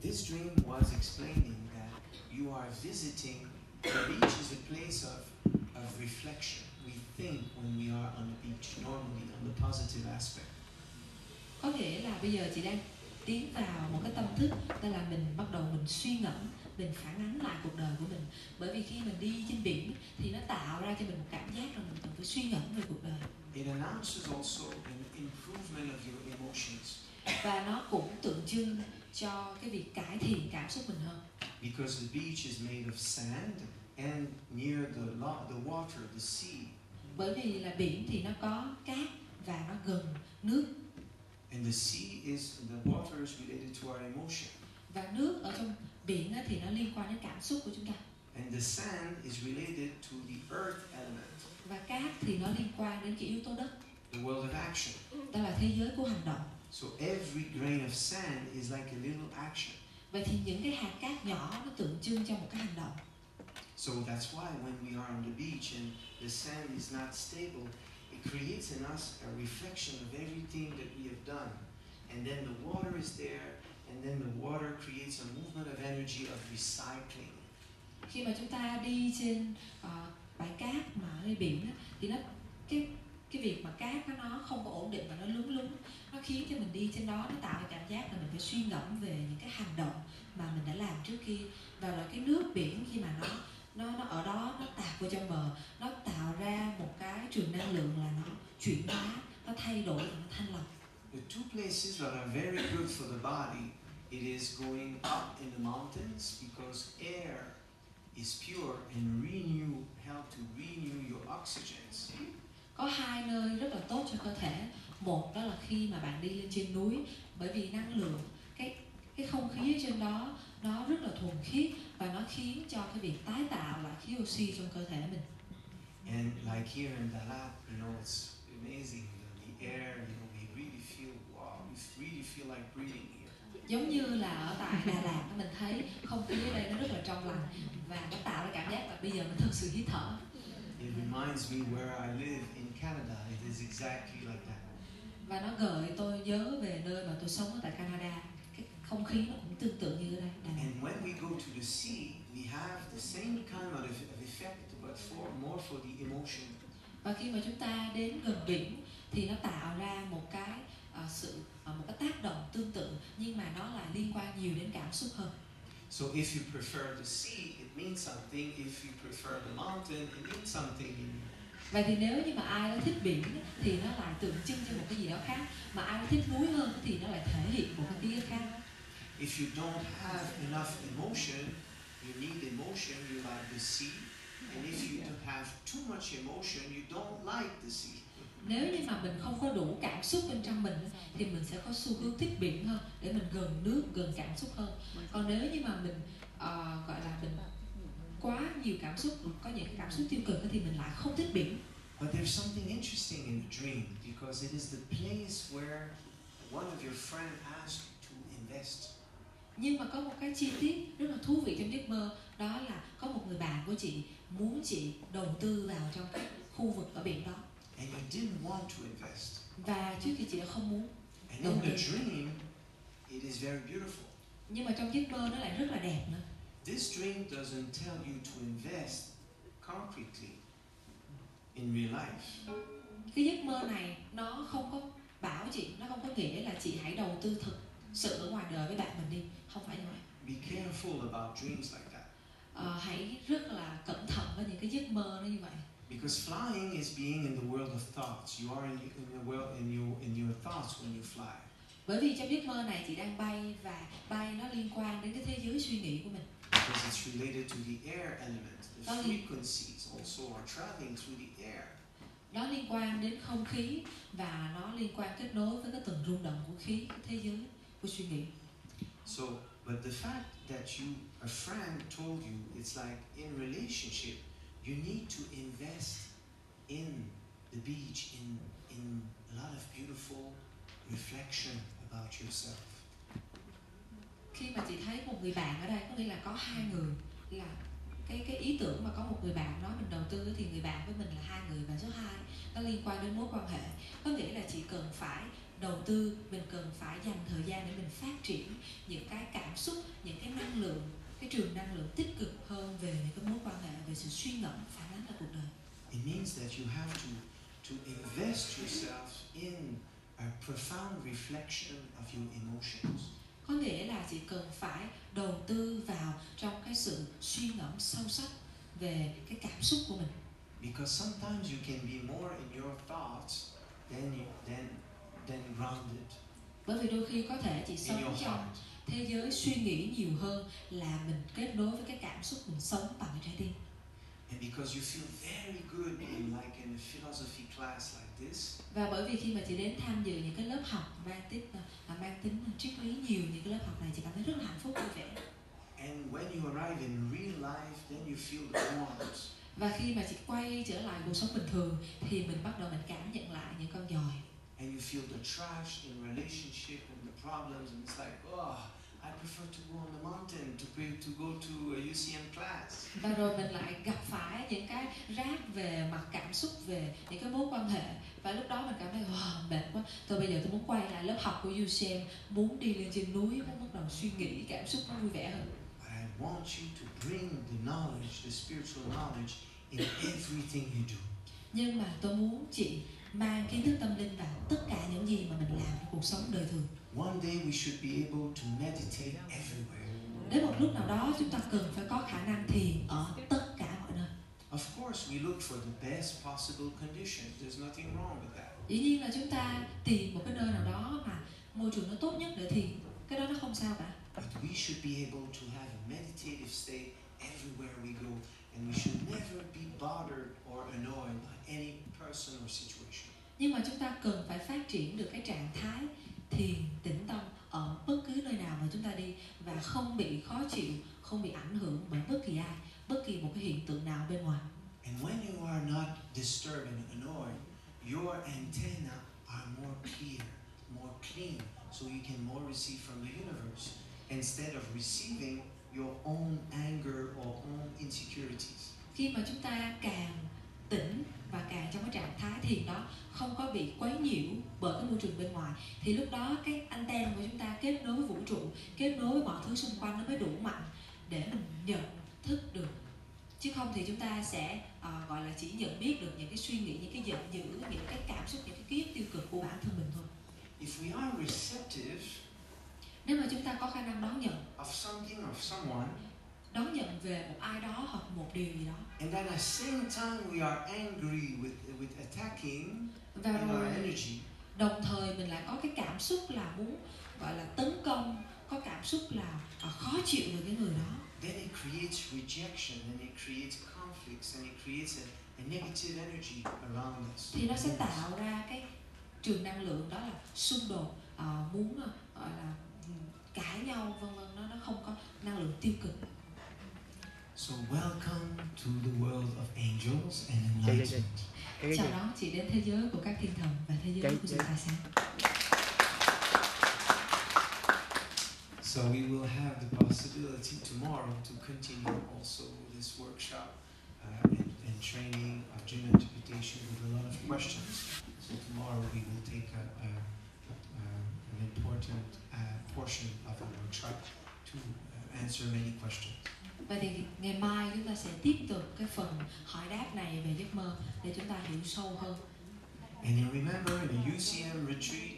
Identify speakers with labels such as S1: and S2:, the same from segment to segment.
S1: his dream was explaining that you are visiting the beach is a place of, of reflection. We think when we are on the beach, normally on the positive aspect.
S2: có nghĩa là bây giờ chị đang tiến vào một cái tâm thức đó là mình bắt đầu mình suy ngẫm mình phản ánh lại cuộc đời của mình bởi vì khi mình đi trên biển thì nó tạo ra cho mình một cảm giác rằng mình cần phải suy ngẫm về cuộc đời
S1: It announces also an improvement of your emotions
S2: và nó cũng tượng trưng cho cái việc cải thiện cảm xúc mình hơn
S1: because the beach is made of sand and near the, lo- the water, the sea.
S2: bởi vì là biển thì nó có cát và nó gần nước
S1: And the sea is, the water is related to our emotion.
S2: và nước ở trong biển á thì nó liên quan đến cảm xúc của chúng ta
S1: And the sand is related to the earth element,
S2: và cát thì nó liên quan đến cái yếu tố đất
S1: the world of action.
S2: đó là thế giới của hành động
S1: So every grain of sand is like a little action.
S2: vậy thì những cái hạt cát nhỏ nó tượng trưng cho một cái hành động
S1: So that's why when we are on the beach and the sand is not stable, it creates in us a reflection of everything that we have done. And then the water is there, and then the water creates a movement of energy of recycling.
S2: khi mà chúng ta đi trên ờ, bãi cát mà hay biển á, thì nó cái cái việc mà cát nó- nó không có ổn định và nó lúng lúng nó khiến cho mình đi trên đó nó tạo cái cảm giác là mình phải suy ngẫm về những cái hành động mà mình đã làm trước kia và là cái nước biển khi mà nó nó nó ở đó nó tạt vô trong bờ nó tạo ra một cái trường năng lượng là nó chuyển hóa nó thay đổi nó thanh lọc
S1: The two places that are very good for the body, it is going up in the mountains because air is pure and renew, help to renew your oxygens.
S2: có hai nơi rất là tốt cho cơ thể một đó là khi mà bạn đi lên trên núi bởi vì năng lượng cái cái không khí ở trên đó nó rất là thuần khiết và nó khiến cho cái việc tái tạo lại khí oxy trong cơ thể mình
S1: And like here in Dalat, you know, it's amazing. The, the air, you know, we really feel, wow, we really feel like breathing here.
S2: giống như là ở tại Đà Lạt mình thấy không khí ở đây nó rất là trong lành và nó tạo ra cảm giác là bây giờ mình thật sự hít thở
S1: It reminds me where I live in Canada. It is exactly like that.
S2: và nó gợi tôi nhớ về nơi mà tôi sống ở tại Canada cái không khí nó cũng tương tự như ở đây Đà Lạt
S1: And when we go to the sea, we have the same kind of, of effect, but for more for the emotion.
S2: và khi mà chúng ta đến gần biển thì nó tạo ra một cái ờ, sự ờ, một cái tác động tương tự nhưng mà nó lại liên quan nhiều đến cảm xúc hơn
S1: So if you prefer the sea, it means something. If you prefer the mountain, it means something.
S2: vậy thì nếu như mà ai đó thích biển thì nó lại tượng trưng cho một cái gì đó khác mà ai đó thích núi hơn thì nó lại thể hiện một cái tía khác
S1: If you don't have enough emotion, you need emotion, you like the sea. And if you don't have too much emotion, you don't like the sea.
S2: nếu như mà mình không có đủ cảm xúc bên trong mình thì mình sẽ có xu hướng thích biển hơn để mình gần nước gần cảm xúc hơn còn nếu như mà mình ờ, gọi là mình quá nhiều cảm xúc có những cái cảm xúc tiêu cực thì mình lại không thích biển
S1: But there's something interesting in the dream because it is the place where one of your friends asked you to invest.
S2: Nhưng mà có một cái chi tiết rất là thú vị trong giấc mơ Đó là có một người bạn của chị muốn chị đầu tư vào trong cái khu vực ở biển đó
S1: And you didn't want to invest.
S2: Và trước khi chị đã không muốn
S1: And in the dream, it is very beautiful.
S2: Nhưng mà trong giấc mơ nó lại rất là đẹp nữa
S1: This dream doesn't tell you to invest concretely in real life.
S2: Cái giấc mơ này nó không có bảo chị Nó không có nghĩa là chị hãy đầu tư thực sự ở ngoài đời với bạn mình đi Không phải như vậy
S1: Be careful about dreams like that.
S2: Ờ, Hãy rất là cẩn thận với những cái giấc mơ nó như vậy
S1: Because flying is being in the world of thoughts. You are in, in the world in your in your thoughts when you fly.
S2: Bởi vì trong giấc mơ này chị đang bay Và bay nó liên quan đến cái thế giới suy nghĩ của mình
S1: Because it's related to the air element. The
S2: Oh.
S1: frequencies also are traveling through the air.
S2: nó liên quan đến không khí và nó liên quan kết nối với cái tầng rung động của khí của thế giới của suy nghĩ
S1: So but the fact that you a friend told you it's like in relationship you need to invest in the beach, in in a lot of beautiful reflection about yourself.
S2: khi mà chị thấy một người bạn ở đây có nghĩa là có hai người là cái cái ý tưởng mà có một người bạn nói mình đầu tư thì người bạn với mình là hai người và số hai nó liên quan đến mối quan hệ có nghĩa là chị cần phải đầu tư mình cần phải dành thời gian để mình phát triển những cái cảm xúc những cái năng lượng cái trường năng lượng tích cực hơn về những cái mối quan hệ về sự suy ngẫm phản ánh là cuộc đời
S1: It means that you have to, to invest yourself in a profound reflection of your emotions.
S2: có nghĩa là chị cần phải đầu tư vào trong cái sự suy ngẫm sâu sắc về cái cảm xúc của mình
S1: Because sometimes you can be more in your thoughts than, you, than, than grounded
S2: bởi vì đôi khi có thể chị
S1: in your
S2: sống trong
S1: heart.
S2: thế giới suy nghĩ nhiều hơn là mình kết nối với cái cảm xúc mình sống bằng cái trái tim
S1: And because you feel very good in like in a philosophy class like this,
S2: và bởi vì khi mà chị đến tham dự những cái lớp học mang tính à, mang tính triết lý nhiều những cái lớp học này chị cảm thấy rất là hạnh phúc vui vẻ
S1: and when you arrive in real life, then you feel the warmth.
S2: và khi mà chị quay trở lại cuộc sống bình thường thì mình bắt đầu mình cảm nhận lại những con giòi
S1: and you feel the trash in relationship and the problems, and it's like, oh, I prefer to go on the mountain to go to go to a UCM class.
S2: và rồi mình lại gặp phải những cái rác về mặt cảm xúc về những cái mối quan hệ và lúc đó mình cảm thấy wow mệt quá thôi bây giờ tôi muốn quay lại lớp học của UCM muốn đi lên trên núi muốn bắt đầu suy nghĩ cảm xúc nó vui vẻ hơn
S1: But I want you to bring the knowledge, the spiritual knowledge, in everything you do.
S2: nhưng mà tôi muốn chị mang kiến thức tâm linh vào tất cả những gì mà mình làm trong cuộc sống đời thường
S1: One day we should be able to meditate everywhere.
S2: đến một lúc nào đó chúng ta cần phải có khả năng thiền ở tất cả mọi nơi
S1: Of course, we look for the best possible conditions. There's nothing wrong with that.
S2: dĩ nhiên là chúng ta tìm một cái nơi nào đó mà môi trường nó tốt nhất để thiền cái đó nó không sao cả
S1: But we should be able to have a meditative state everywhere we go, and we should never be bothered or annoyed by any person or situation.
S2: nhưng mà chúng ta cần phải phát triển được cái trạng thái thiền tĩnh tâm ở bất cứ nơi nào mà chúng ta đi và không bị khó chịu không bị ảnh hưởng bởi bất kỳ ai bất kỳ một cái hiện tượng nào bên ngoài
S1: And when you are not disturbed and annoyed, your antenna are more clear, more clean, so you can more receive from the universe instead of receiving your own anger or own insecurities.
S2: khi mà chúng ta càng tỉnh và càng trong cái trạng thái thiền đó không có bị quấy nhiễu bởi cái môi trường bên ngoài thì lúc đó cái anten của chúng ta kết nối với vũ trụ kết nối với mọi thứ xung quanh nó mới đủ mạnh để mình nhận thức được chứ không thì chúng ta sẽ ờ, gọi là chỉ nhận biết được những cái suy nghĩ những cái giận dữ những cái cảm xúc những cái kiếp tiêu cực của bản thân mình thôi
S1: If we are receptive
S2: nếu mà chúng ta có khả năng đón nhận
S1: of something or someone,
S2: đón nhận về một ai đó hoặc một điều gì đó
S1: and at the same time we are angry with, with attacking
S2: và
S1: in our
S2: rồi
S1: energy,
S2: đồng thời mình lại có cái cảm xúc là muốn gọi là tấn công có cảm xúc là à, khó chịu về cái người đó
S1: then it creates rejection and it creates conflicts and it creates a, a negative energy around us.
S2: thì nó sẽ tạo ra cái trường năng lượng đó là xung đột à, muốn à, gọi là ừ, cãi nhau vân vân nó nó không có năng lượng tiêu cực
S1: So welcome to the world of angels and enlightenment.
S3: cái
S2: chào
S3: gì
S2: đón chị đến thế giới của các thiên thần và thế giới
S3: Cái-
S2: của sự
S3: cái-
S2: tài sáng
S1: So we will have the possibility tomorrow to continue also this workshop uh, and, and training of dream interpretation with a lot of questions. So tomorrow we will take a, a, a, an important uh, portion of the workshop to uh, answer many questions.
S2: vậy thì ngày mai chúng ta sẽ tiếp tục cái phần hỏi đáp này về giấc mơ để chúng ta hiểu sâu hơn
S1: And you remember in the UCM retreat,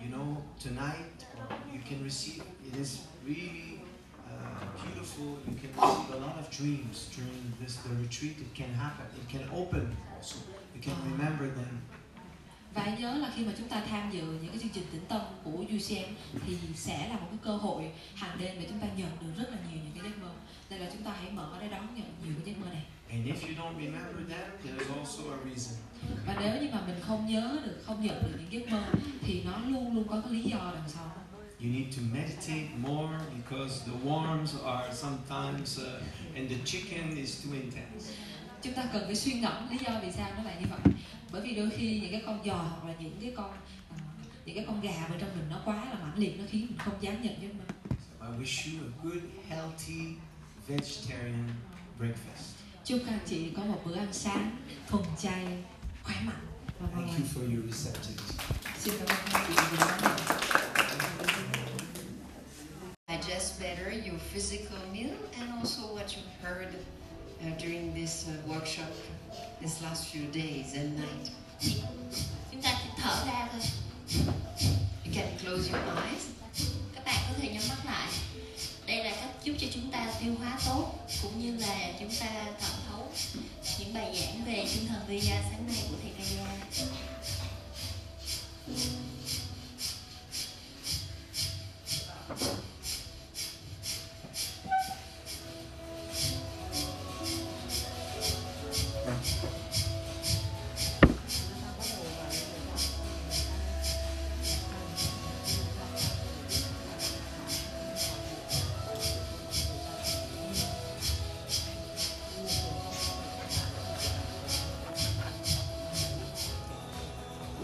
S1: you know, tonight or you can receive, it is really uh, beautiful. You can receive a lot of dreams during this the retreat. It can happen, it can open also. You can remember them.
S2: Và hãy nhớ là khi mà chúng ta tham dự những cái chương trình tĩnh tâm của UCM thì sẽ là một cái cơ hội hàng đêm để chúng ta nhận được rất là nhiều những cái giấc mơ. Nên là chúng ta hãy mở để đón nhận nhiều cái giấc mơ này.
S1: And if you don't remember them, there's also a reason.
S2: Và nếu như mà mình không nhớ được, không nhận được những giấc mơ thì nó luôn luôn có cái lý do đằng sau.
S1: You need to meditate more because the worms are sometimes, uh, and the chicken is too intense.
S2: Chúng ta cần phải suy ngẫm lý do vì sao nó lại như vậy. Bởi vì đôi khi những cái con giò hoặc là những cái con ờ, những cái con gà bên trong mình nó quá là mãnh liệt nó khiến mình không dám nhận giấc mơ.
S1: So I wish you a good, healthy vegetarian breakfast.
S2: Chúc các anh chị có một bữa ăn sáng thuần chay, khỏe mạnh và ngon
S1: Thank you for your receptivity.
S2: lành. xin cảm ơn hai chị vì đã lắng nghe.
S4: digest better your physical meal and also what you've heard uh, during this uh, workshop this last few days and night.
S5: chúng ta chỉ thở ra thôi
S4: You can close your eyes.
S5: các bạn có thể nhắm mắt lại đây là cách giúp cho chúng ta tiêu hóa tốt cũng như là chúng ta thẩm thấu những bài giảng về tinh thần Veda sáng nay của thầy Kaya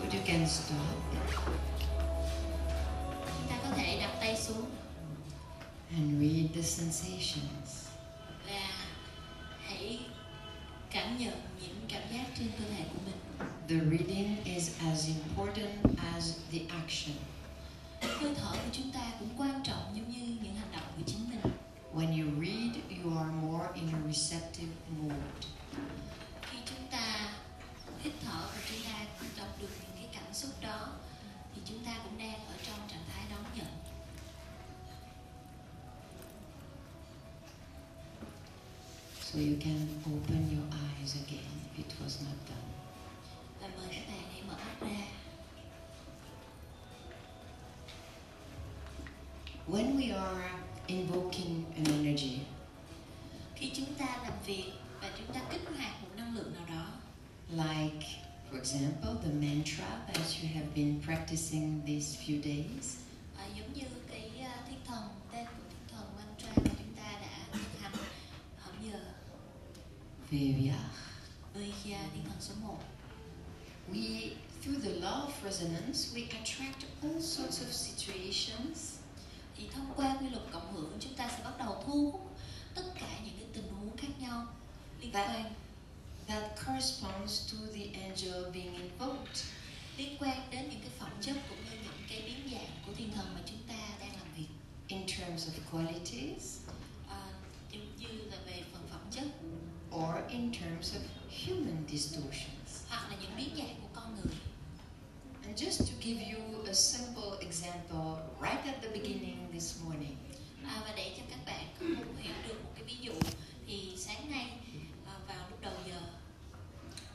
S4: But you can stop
S5: chúng ta có thể đặt tay xuống
S4: and read the sensations.
S5: và hãy cảm nhận những cảm giác trên cơ thể của mình
S4: The reading is as important as the action.
S5: hơi thở của chúng ta cũng quan trọng giống như những hành động của chính mình
S4: When you read, you are more in a receptive mode.
S5: khi chúng ta hít thở và chúng ta đọc được những cái cảm xúc đó thì chúng ta cũng đang ở trong trạng thái đón nhận
S4: So you can open your eyes again if it was not done.
S5: và mời các bạn hãy mở mắt ra
S4: When we are invoking an energy,
S5: khi chúng ta làm việc và chúng ta kích hoạt một năng lượng nào đó
S4: like, for example, the mantra that you have been practicing these few days,
S5: à, giống như cái à, thiên thần tên của thiên thần mantra mà chúng ta đã thực hành hôm giờ
S4: Vivya.
S5: với à, thiên thần số 1
S4: We, through the law of resonance, we attract all sorts of situations
S5: thì thông qua quy luật cộng hưởng chúng ta sẽ bắt đầu thu hút tất cả những cái tình huống khác nhau liên
S4: Và-
S5: quan
S4: that corresponds to the angel being invoked.
S5: liên quan đến những cái phẩm chất cũng như những cái biến dạng của thiên thần mà chúng ta đang làm việc
S4: in terms of qualities
S5: à, giống như là về phần phẩm chất
S4: or in terms of human distortions.
S5: hoặc là những biến dạng của con người
S4: And just to give you a simple example, right at the beginning this morning,
S5: à, và để cho các bạn có một- hiểu được một cái ví dụ thì sáng nay à, vào lúc đầu giờ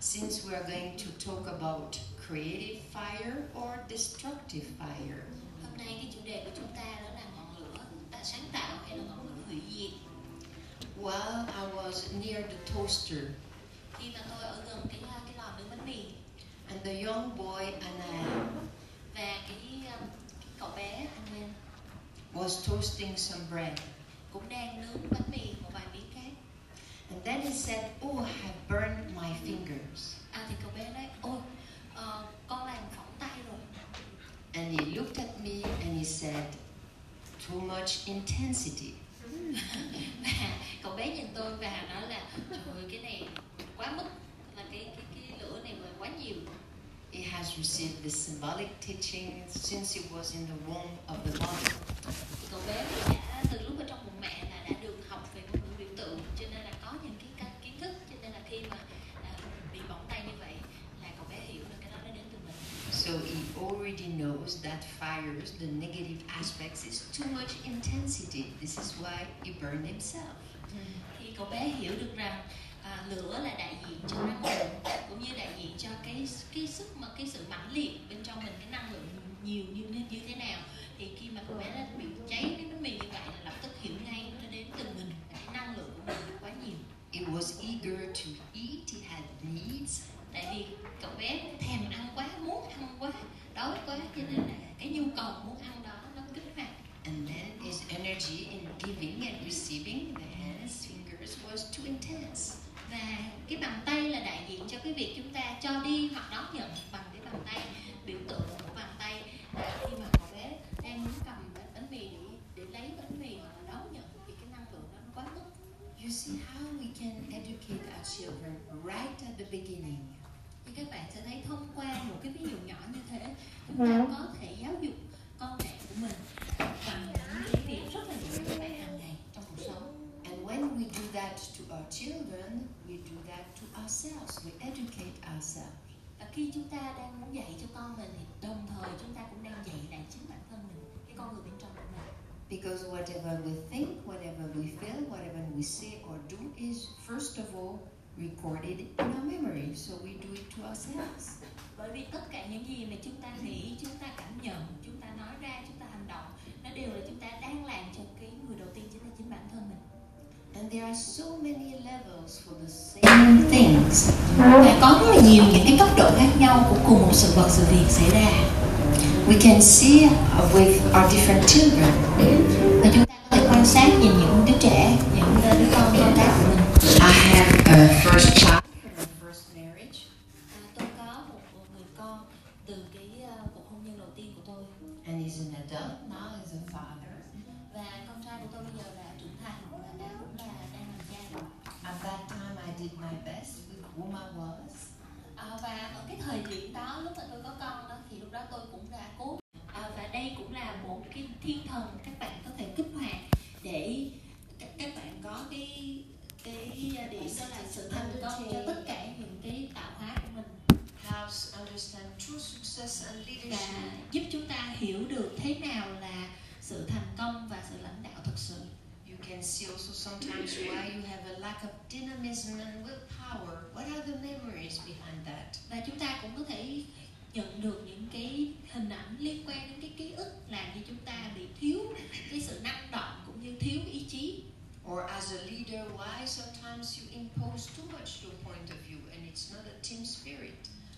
S4: since we are going to talk about creative fire or destructive fire,
S5: hôm nay cái chủ đề của chúng ta đó là ngọn lửa à, sáng tạo hay là ngọn lửa hủy diệt
S4: while I was near the toaster,
S5: khi mà tôi ở gần cái à, cái lò nướng bánh mì
S4: and the young boy Anna
S5: và cái, à, cái cậu bé anh Nguyên
S4: was toasting some bread,
S5: cũng đang nướng bánh mì một vài miếng khác
S4: and then he said, "Oh, I burned my fingers."
S5: à thì cậu bé nói ôi ờ, con làm phỏng tay rồi
S4: And he looked at me and he said, "Too much intensity."
S5: và cậu bé nhìn tôi và nói là trời ơi, cái này quá mức là cái cái cái lửa này mà quá nhiều
S4: He has received this symbolic teaching since he was in the womb of the mother.
S5: thì cậu bé thì đã từ lúc ở trong bụng mẹ là đã được học về ngôn ngữ biểu tượng cho nên là có những cái căn- kiến thức cho nên là khi mà à, bị bỏng tay như vậy là cậu bé hiểu là cái đó nó đến từ mình
S4: So he already knows that fires, the negative aspects, is too much intensity. This is why he burned himself.
S5: thì cậu bé hiểu được rằng à, lửa là đại diện cho năng lượng cũng như đại diện cho cái cái sức mà cái sự mãnh liệt bên trong mình cái năng lượng nhiều như thế như thế nào thì khi mà cậu bé đã bị cháy cái bánh mì như vậy là lập tức hiểu ngay nó đến từ mình cái năng lượng của mình quá nhiều
S4: He was eager to eat, he had needs,
S5: tại vì cậu bé thèm ăn quá muốn ăn quá đói quá cho nên là cái nhu cầu muốn ăn đó nó kích hoạt
S4: and then his energy in giving and receiving the hands, fingers was too intense.
S5: và cái bàn tay là đại diện cho cái việc chúng ta cho đi hoặc đón nhận bằng cái bàn tay biểu tượng của bàn tay là khi mà cậu bé đang muốn cầm cái bánh mì để, để lấy bánh mì hoặc là đón nhận thì cái năng lượng đó nó quá mức
S4: You see how we can educate our children right at the beginning.
S5: thì các bạn sẽ thấy thông qua một cái ví dụ nhỏ như thế chúng ta mình bằng những cái việc rất là nhỏ các bạn hàng ngày trong cuộc sống
S4: And when we do that to our children, we do that to ourselves. We educate ourselves.
S5: và khi chúng ta đang muốn dạy cho con mình thì đồng thời chúng ta cũng đang dạy lại chính bản thân mình cái con người bên trong của mình
S4: Because whatever we think, whatever we feel, whatever we say or do is, first of all, recorded in our memory. So we do it to ourselves.
S5: bởi vì tất cả những gì mà chúng ta nghĩ chúng ta cảm nhận chúng ta nói ra chúng ta hành động nó đều là chúng ta đang làm cho cái người đầu tiên chính là chính bản thân mình
S4: And there are so many levels for the same things.
S5: và có rất là nhiều những cái cấp độ khác nhau của cùng một sự vật sự việc xảy ra
S4: We can see uh, with our different children
S5: và chúng ta có thể quan sát nhìn những đứa trẻ những uh, đứa con con cái của mình À,
S4: I have a first child from my first marriage,
S5: à, tôi có một, một người con từ cái uh, cuộc hôn nhân đầu tiên của tôi
S4: and he's an adult now, he's a father.
S5: và con trai của tôi bây giờ đã trưởng thành và đã cũng là đang làm cha rồi
S4: At that time, I did my best with whom I was.
S5: à, và ở cái thời điểm đó lúc mà tôi có con đó thì lúc đó tôi cũng đã cố à, và đây cũng là một cái thiên thần các bạn có thể kích hoạt để các, các bạn có cái cái điểm đó là sự thành công cho tất cả những cái tạo hóa của mình
S4: Helps understand true success and leadership.
S5: và giúp chúng ta hiểu được thế nào là sự thành công và sự lãnh đạo thực sự
S4: You can see also sometimes why you have a lack of dynamism and willpower. What are the memories behind that?
S5: và chúng ta cũng có thể nhận được những cái hình ảnh liên quan đến cái ký ức làm cho chúng ta bị thiếu cái sự năng động cũng như thiếu ý chí
S4: Or as a leader, why sometimes you impose too much your point of view and it's not a team spirit.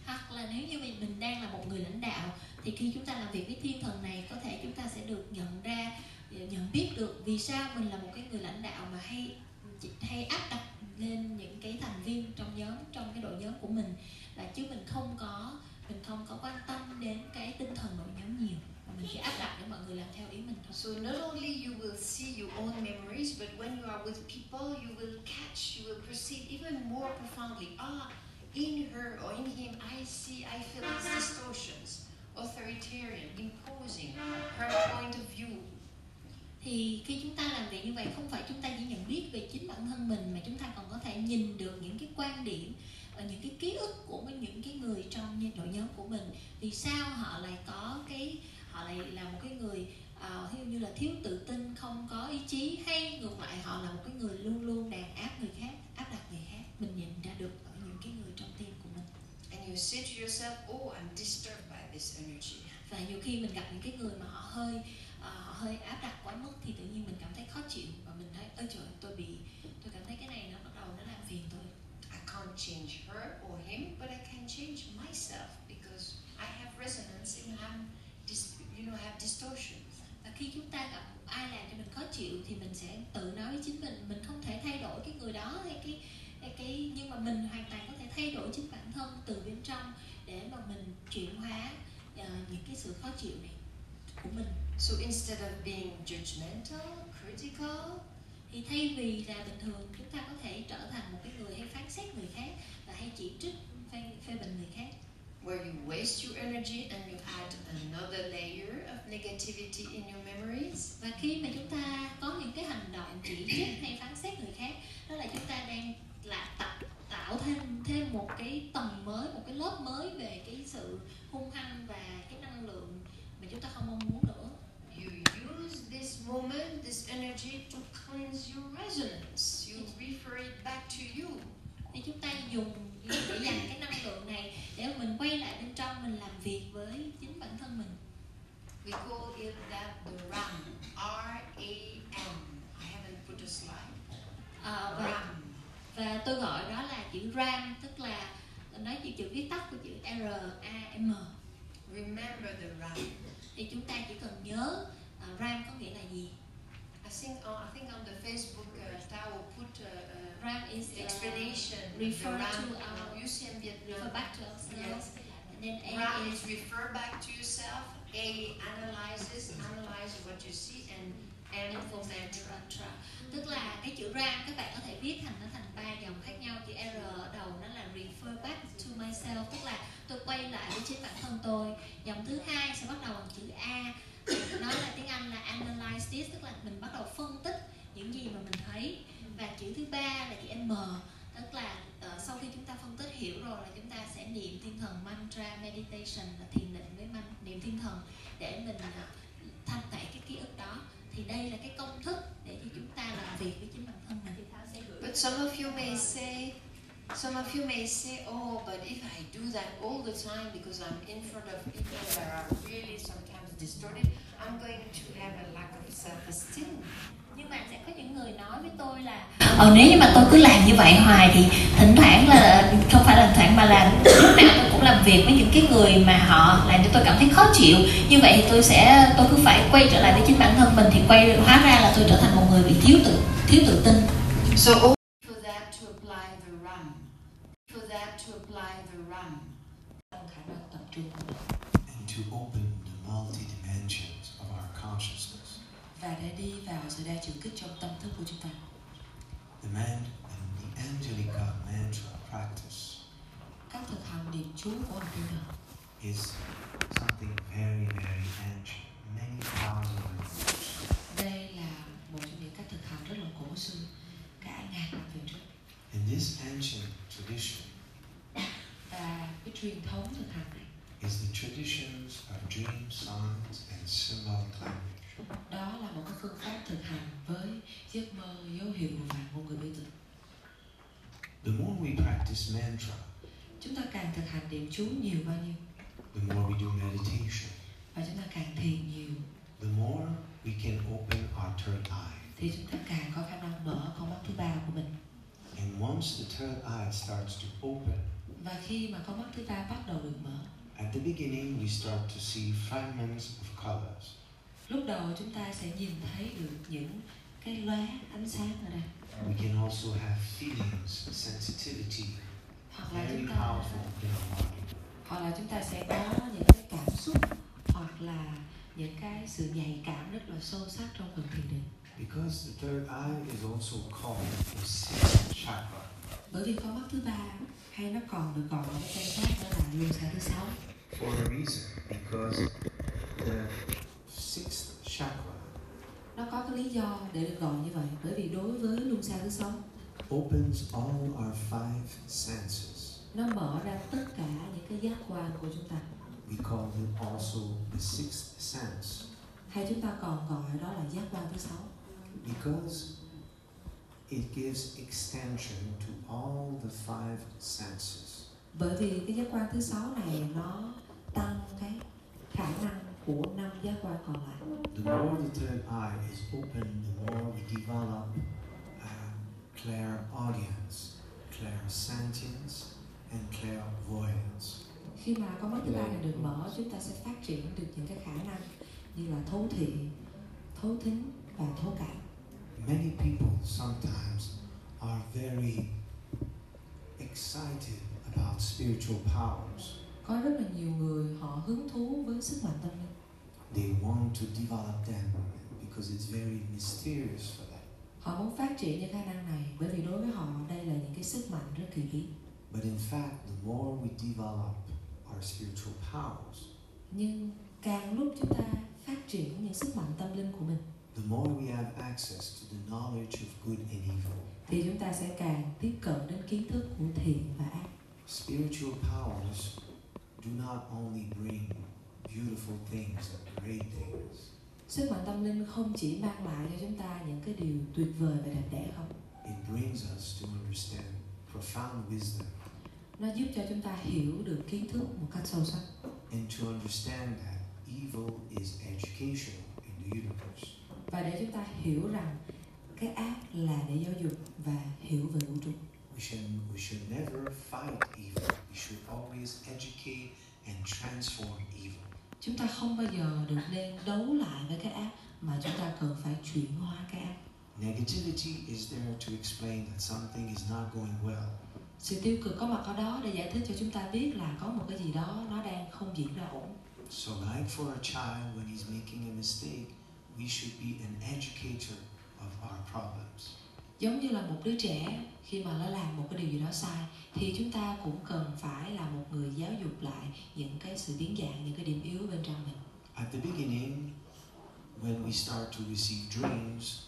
S5: hoặc là nếu như mình mình đang là một người lãnh đạo thì khi chúng ta làm việc với thiên thần này có thể chúng ta sẽ được nhận ra nhận biết được vì sao mình là một cái người lãnh đạo mà hay hay áp đặt lên những cái thành viên trong nhóm trong cái đội nhóm của mình là chứ mình không có mình không có quan tâm đến cái tinh thần đội nhóm nhiều mà mình chỉ áp đặt để mọi người làm theo ý mình thôi
S4: So not only you will see your own memories, but when you are with people, you will catch, you will perceive even more profoundly. Ah, in her or in him, I see, I feel these distortions. Authoritarian, imposing, her point of view.
S5: thì khi chúng ta làm việc như vậy không phải chúng ta chỉ nhận biết về chính bản thân mình mà chúng ta còn có thể nhìn được những cái quan điểm và những cái ký ức của những cái người trong nhi- đội nhóm của mình vì sao họ lại có cái họ lại là một cái người ờ, ví dụ như là thiếu tự tin không có ý chí hay ngược lại họ là một cái người luôn luôn đàn áp người khác áp đặt người khác mình nhìn ra được ở những cái người trong team của mình
S4: And you say to yourself, oh, I'm disturbed by this energy.
S5: và nhiều khi mình gặp những cái người mà họ hơi ờ, họ hơi áp đặt quá mức thì tự nhiên mình cảm thấy khó chịu và mình thấy ơi trời ơi, tôi bị tôi cảm thấy cái này nó bắt đầu nó làm phiền tôi
S4: I can't change her or him, but I can change myself because I have resonance and I'm, dis- you know, have distortions.
S5: và khi chúng ta gặp ai làm cho mình khó chịu thì mình sẽ tự nói với chính mình mình không thể thay đổi cái người đó hay cái hay cái nhưng mà mình hoàn toàn có thể thay đổi chính bản thân từ bên trong để mà mình chuyển hóa ờ, những cái sự khó chịu này của mình
S4: So instead of being judgmental, critical,
S5: thì thay vì là bình thường chúng ta có thể trở thành một cái người hay phán xét người khác và hay chỉ trích phê, phê bình người khác
S4: where you waste your energy and you add another layer of negativity in your memories,
S5: và khi mà chúng ta có những cái hành động chỉ trích hay phán xét người khác đó là chúng ta đang là tạo tạo thêm thêm một cái tầng mới một cái lớp mới về cái sự hung hăng và cái năng lượng mà chúng ta không mong muốn nữa
S4: you use this moment, this energy to cleanse your resonance. You refer it back to you.
S5: thì chúng ta dùng để dành cái năng lượng này để mà mình quay lại bên trong mình làm việc với chính bản thân mình
S4: We call it that the RAM. R A M. I haven't put a slide.
S5: Ờ, và
S4: RAM.
S5: và tôi gọi đó là chữ RAM tức là nói chữ chữ viết tắt của chữ R A M
S4: Remember the RAM.
S5: thì chúng ta chỉ cần nhớ à, RAM có nghĩa là gì
S4: I think on, I think on the Facebook uh, Tao put uh,
S5: RAM is
S4: uh,
S5: the
S4: explanation.
S5: refer
S4: the RAM,
S5: to our-
S4: uh, UCM
S5: refer
S4: Vietnam.
S5: back to ourselves
S4: Yes.
S5: and then A
S4: RAM
S5: is
S4: is refer back to yourself. A analyzes, analyze what you see, and M for mantra.
S5: mantra tức là cái chữ RAM các bạn có thể viết thành nó thành ba dòng khác nhau chữ R ở đầu nó là refer back to myself tức là tôi quay lại với chính bản thân tôi dòng thứ hai sẽ bắt đầu bằng chữ A nó là tiếng analysis tức là mình bắt đầu phân tích những gì mà mình thấy và chữ thứ ba là chữ M tức là ờ, sau khi chúng ta phân tích hiểu rồi là chúng ta sẽ niệm thiên thần mantra meditation là thiền định với man, niệm thiên thần để mình ờ, thanh tẩy cái ký ức đó thì đây là cái công thức để cho chúng ta làm việc với chính bản thân mình
S2: thì thao sẽ gửi
S4: But some of you may say, some of you may say, oh, but if I do that all the time because I'm in front of people that are really sometimes distorted, I'm going to have a lack of self-esteem.
S5: nhưng mà sẽ có những người nói với tôi là ờ nếu như mà tôi cứ làm như vậy hoài thì thỉnh thoảng là không phải là thỉnh thoảng mà là lúc nào tôi cũng làm việc với những cái người mà họ làm cho tôi cảm thấy khó chịu như vậy thì tôi sẽ tôi cứ phải quay trở lại với chính bản thân mình thì quay hóa ra là tôi trở thành một người bị thiếu tự thiếu tự tin
S4: So all for that to apply the ram, for that to apply the ram.
S2: bằng khả năng tập trung
S3: and to open the multi dimensions of our consciousness.
S2: và để đi vào sự đa chiều kích trong tâm thức của chúng ta
S3: The man and the Angelica mantra practice
S2: các thực hành niệm chú của hành thiên thần
S3: is something very, very ancient, many thousand years.
S2: đây là một trong những cách thực hành rất là cổ xưa cả ngàn năm về trước
S3: And this ancient tradition
S2: và cái truyền thống thực hành này
S3: is the traditions of dream signs and symbolic language.
S2: đó là một cái phương pháp thực hành với giấc mơ dấu hiệu và ngôn ngữ biểu tượng
S3: The more we practice mantra,
S2: chúng ta càng thực hành niệm chú nhiều bao nhiêu
S3: the more we do meditation,
S2: và chúng ta càng thiền nhiều
S3: the more we can open our third eye.
S2: thì chúng ta càng có khả năng mở con mắt thứ ba của mình
S3: And once the third eye starts to open,
S2: và khi mà con mắt thứ ba bắt đầu được mở
S3: at the beginning we start to see fragments of colors.
S2: lúc đầu chúng ta sẽ nhìn thấy được những cái lóe ánh sáng ở đây
S3: We can also have feelings, sensitivity,
S2: hoặc là
S3: very
S2: chúng ta
S3: powerful in our body.
S2: hoặc là chúng ta sẽ có những cái cảm xúc hoặc là những cái sự nhạy cảm rất là sâu sắc trong phần thiền định
S3: Because the third eye is also called the sixth chakra.
S2: bởi vì con mắt thứ ba hay nó còn được gọi là cái tên khác đó là luân xa thứ sáu
S3: for a reason because the sixth chakra
S2: nó có cái lý do để được gọi như vậy bởi vì đối với luân xa thứ sáu
S3: opens all our five senses.
S2: nó mở ra tất cả những cái giác quan của chúng ta
S3: We call it also the sixth sense
S2: hay chúng ta còn gọi đó là giác quan thứ sáu
S3: because it gives extension to all the five senses.
S2: bởi vì cái giác quan thứ sáu này nó tăng cái khả năng của năm giác quan còn lại
S3: The more the third eye is open, the more we develop uh, clairaudience, clairsentience, and clairvoyance.
S2: khi mà con mắt thứ ba này được mở chúng ta sẽ phát triển được những cái khả năng như là thấu thị thấu thính và thấu cảm
S3: Many people sometimes are very excited about spiritual powers.
S2: có rất là nhiều người họ hứng thú với sức mạnh tâm linh
S3: They want to develop them because it's very mysterious for them.
S2: họ muốn phát triển những khả năng này bởi vì đối với họ đây là những cái sức mạnh rất kỳ bí
S3: But in fact, the more we develop our spiritual powers,
S2: nhưng càng lúc chúng ta phát triển những sức mạnh tâm linh của mình
S3: the more we have access to the knowledge of good and evil.
S2: thì chúng ta sẽ càng tiếp cận đến kiến thức của thiện và ác
S3: Spiritual powers do not only bring beautiful things and great things,
S2: sức mạnh tâm linh không chỉ mang lại cho chúng ta những cái điều tuyệt vời và đẹp đẽ không
S3: it brings us to understand profound wisdom.
S2: nó giúp cho chúng ta hiểu được kiến thức một cách sâu sắc
S3: and to understand that evil is educational in the universe.
S2: và để chúng ta hiểu rằng cái ác là để giáo dục và hiểu về vũ trụ
S3: We should, we should never fight evil. We should always educate and transform evil.
S2: chúng ta không bao giờ được nên đấu lại với cái ác mà chúng ta cần phải chuyển hóa cái ác
S3: Negativity is there to explain that something is not going well.
S2: sự tiêu cực có mặt ở đó để giải thích cho chúng ta biết là có một cái gì đó nó đang không diễn ra ổn
S3: So, like for a child when he's making a mistake, we should be an educator of our problems.
S2: giống như là một đứa trẻ khi mà nó làm một cái điều gì đó sai thì chúng ta cũng cần phải là một người giáo dục lại những cái sự biến dạng những cái điểm yếu bên trong mình
S3: At the beginning, when we start to receive dreams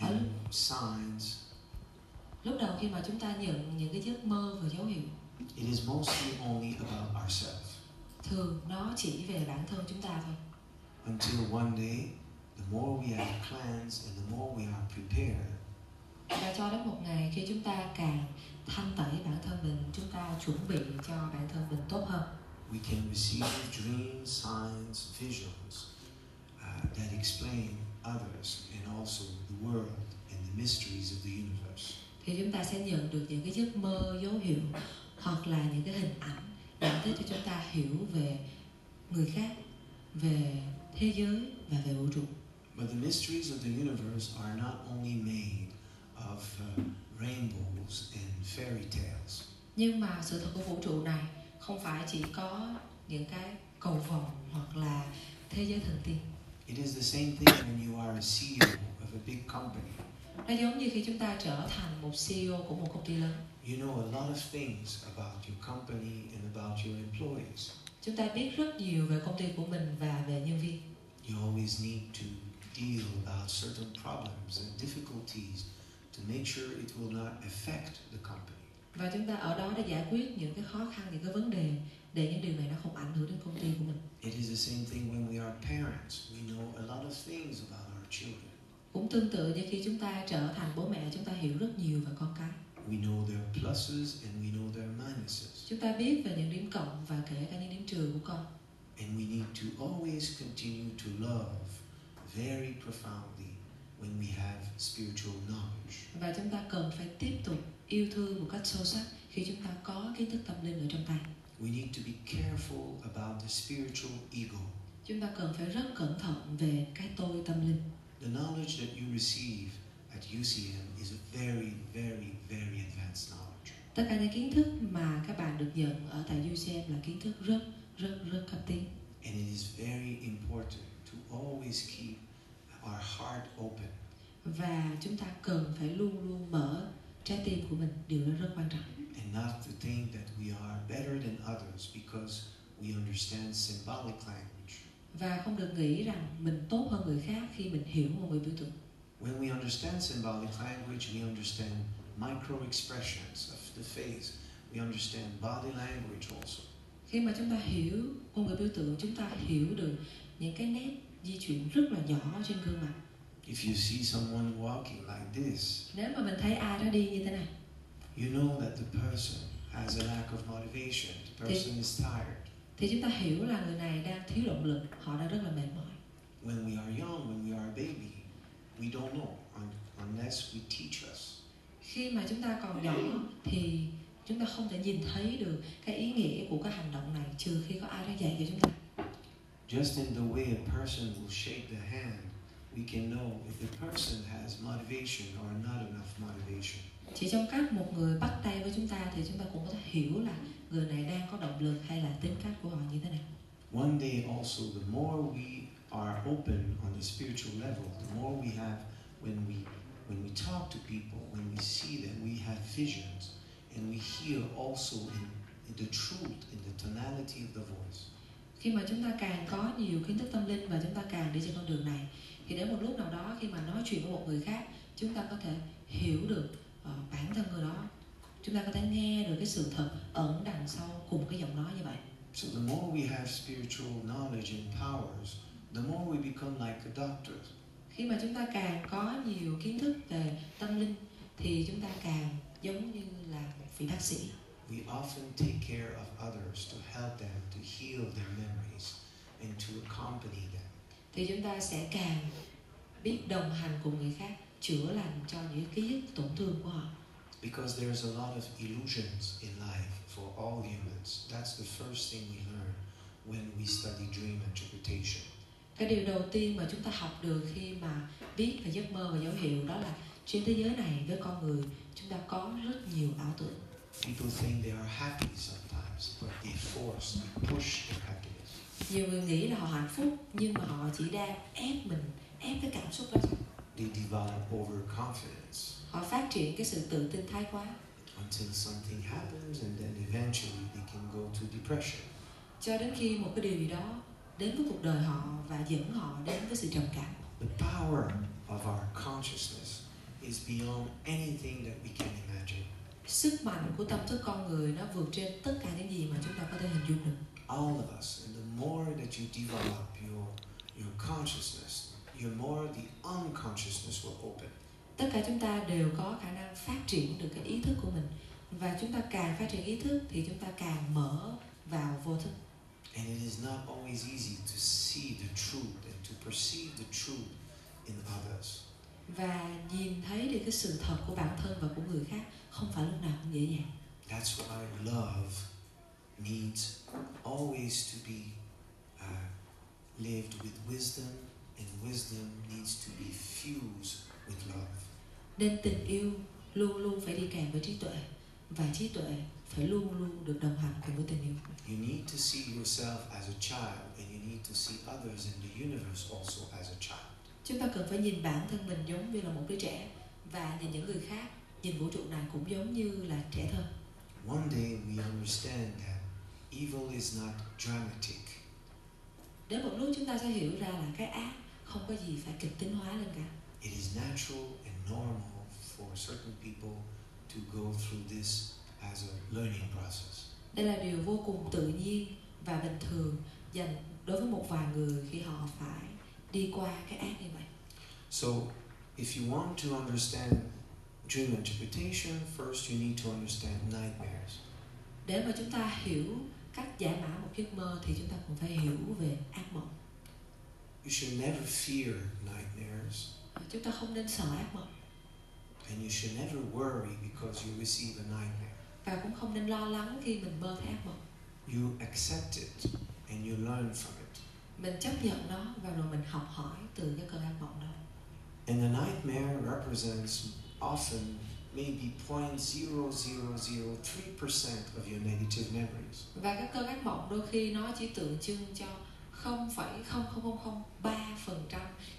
S3: and signs,
S2: lúc đầu khi mà chúng ta nhận những cái giấc mơ và dấu hiệu
S3: it is mostly only about ourselves.
S2: thường nó chỉ về bản thân chúng ta thôi
S3: Until one day, the more we have plans and the more we are prepared,
S2: và cho đến một ngày khi chúng ta càng thanh tẩy bản thân mình chúng ta chuẩn bị cho bản thân mình tốt hơn
S3: we can receive dreams, signs, visions uh, that explain others and also the world and the mysteries of the universe.
S2: thì chúng ta sẽ nhận được những cái giấc mơ dấu hiệu hoặc là những cái hình ảnh giải thích cho chúng ta hiểu về người khác về thế giới và về vũ trụ
S3: But the mysteries of the universe are not only made of uh, rainbows and fairy tales.
S2: nhưng mà sự thật của vũ trụ này không phải chỉ có những cái cầu vồng hoặc là thế giới thần tiên
S3: It is the same thing when you are a CEO of a big company.
S2: nó giống như khi chúng ta trở thành một CEO của một công ty lớn
S3: You know a lot of things about your company and about your employees.
S2: chúng ta biết rất nhiều về công ty của mình và về nhân viên
S3: You always need to deal about certain problems and difficulties to make sure it will not affect the company.
S2: và chúng ta ở đó để giải quyết những cái khó khăn những cái vấn đề để những điều này nó không ảnh hưởng đến công ty của mình
S3: It is the same thing when we are parents. We know a lot of things about our children.
S2: cũng tương tự như khi chúng ta trở thành bố mẹ chúng ta hiểu rất nhiều về con cái
S3: We know their pluses and we know their minuses.
S2: chúng ta biết về những điểm cộng và kể cả những điểm trừ của con
S3: And we need to always continue to love very profoundly when we have spiritual knowledge.
S2: và chúng ta cần phải tiếp tục yêu thương một cách sâu sắc khi chúng ta có kiến thức tâm linh ở trong tay
S3: We need to be careful about the spiritual ego.
S2: chúng ta cần phải rất cẩn thận về cái tôi tâm linh
S3: The knowledge that you receive at UCM is a very, very, very advanced knowledge.
S2: tất cả những kiến thức mà các bạn được nhận ở tại UCM là kiến thức rất rất rất cấp tiến
S3: And it is very important to always keep our heart open
S2: và chúng ta cần phải luôn luôn mở trái tim của mình điều đó rất quan trọng
S3: and not to think that we are better than others because we understand symbolic language.
S2: và không được nghĩ rằng mình tốt hơn người khác khi mình hiểu một người biểu tượng
S3: When we understand symbolic language, we understand micro expressions of the face. We understand body language also.
S2: khi mà chúng ta hiểu con người biểu tượng chúng ta hiểu được những cái nét di chuyển rất là nhỏ trên gương mặt
S3: If you see someone walking like this,
S2: nếu mà mình thấy ai đó đi như thế này
S3: you know that the person has a lack of motivation, the person is tired.
S2: thì chúng ta hiểu là người này đang thiếu động lực họ đang rất là mệt mỏi
S3: When we are young, when we are a baby, we don't know un- unless we teach us.
S2: khi mà chúng ta còn nhỏ thì chúng ta không thể nhìn thấy được cái ý nghĩa của cái hành động này trừ khi có ai đó dạy cho chúng ta
S3: Just in the way a person will shake the hand, we can know if the person has motivation or not enough motivation.
S2: chỉ trong cách một người bắt tay với chúng ta thì chúng ta cũng có thể hiểu là người này đang có động lực hay là tính cách của họ như thế nào
S3: One day also, the more we are open on the spiritual level, the more we have when we when we talk to people, when we see them, we have visions, and we hear also in, in the truth, in the tonality of the voice.
S2: khi mà chúng ta càng có nhiều kiến thức tâm linh và chúng ta càng đi trên con đường này thì đến một lúc nào đó khi mà nói chuyện với một người khác chúng ta có thể hiểu được ờ, bản thân người đó chúng ta có thể nghe được cái sự thật ẩn đằng sau cùng cái giọng nói như vậy
S3: So the more we have spiritual knowledge and powers, the more we become like a doctor.
S2: khi mà chúng ta càng có nhiều kiến thức về tâm linh thì chúng ta càng giống như là một vị bác sĩ
S3: We often take care of others to help them to heal their memories and to accompany them.
S2: thì chúng ta sẽ càng biết đồng hành cùng người khác chữa lành cho những ký ức tổn thương của họ
S3: Because there's a lot of illusions in life for all humans. That's the first thing we learn when we study dream interpretation.
S2: cái điều đầu tiên mà chúng ta học được khi mà biết về giấc mơ và dấu hiệu đó là trên thế giới này với con người chúng ta có rất nhiều ảo tưởng
S3: People think they are happy sometimes, but they force, they push their happiness.
S2: nhiều người nghĩ là họ hạnh phúc nhưng mà họ chỉ đang ép mình ép cái cảm xúc đó thôi.
S3: They develop overconfidence
S2: họ phát triển cái sự tự tin thái quá
S3: until something happens, and then eventually they can go to depression.
S2: cho đến khi một cái điều gì đó đến với cuộc đời họ và dẫn họ đến với sự trầm cảm
S3: The power of our consciousness is beyond anything that we can imagine.
S2: sức mạnh của tâm thức con người nó vượt trên tất cả những gì mà chúng ta có thể hình dung được
S3: All of us, and the more that you develop your your consciousness, the more the unconsciousness will open.
S2: tất cả chúng ta đều có khả năng phát triển được cái ý thức của mình và chúng ta càng phát triển ý thức thì chúng ta càng mở vào vô thức
S3: And it is not always easy to see the truth and to perceive the truth in others.
S2: và nhìn thấy được cái sự thật của bản thân và của người khác không phải lúc nào cũng dễ dàng
S3: That's why love needs always to be uh, lived with wisdom, and wisdom needs to be fused with love.
S2: nên tình yêu luôn luôn phải đi kèm với trí tuệ và trí tuệ phải luôn luôn được đồng hành cùng với tình yêu
S3: You need to see yourself as a child, and you need to see others in the universe also as a child.
S2: chúng ta cần phải nhìn bản thân mình giống như là một đứa trẻ và nhìn những người khác nhìn vũ trụ này cũng giống như là trẻ thơ
S3: One day we understand that evil is not dramatic,
S2: đến một lúc chúng ta sẽ hiểu ra là cái ác không có gì phải kịch tính hóa lên cả
S3: it is natural and normal for certain people to go through this as a learning process.
S2: đây là điều vô cùng tự nhiên và bình thường dành đối với một vài người khi họ phải đi qua cái ác như vậy
S3: So, if you want to understand dream interpretation, first you need to understand nightmares.
S2: để mà chúng ta hiểu cách giải mã một giấc mơ thì chúng ta cũng phải hiểu về ác mộng
S3: You should never fear nightmares,
S2: chúng ta không nên sợ ác mộng
S3: and you should never worry because you receive a nightmare.
S2: và cũng không nên lo lắng khi mình mơ thấy ác mộng
S3: You accept it and you learn from it.
S2: mình chấp nhận nó và rồi mình học hỏi từ cái cơn ác mộng đó
S3: And a nightmare represents often maybe 0.0003% of your negative memories.
S2: và cái cơn ác mộng đôi khi nó chỉ tượng trưng cho 0,0003%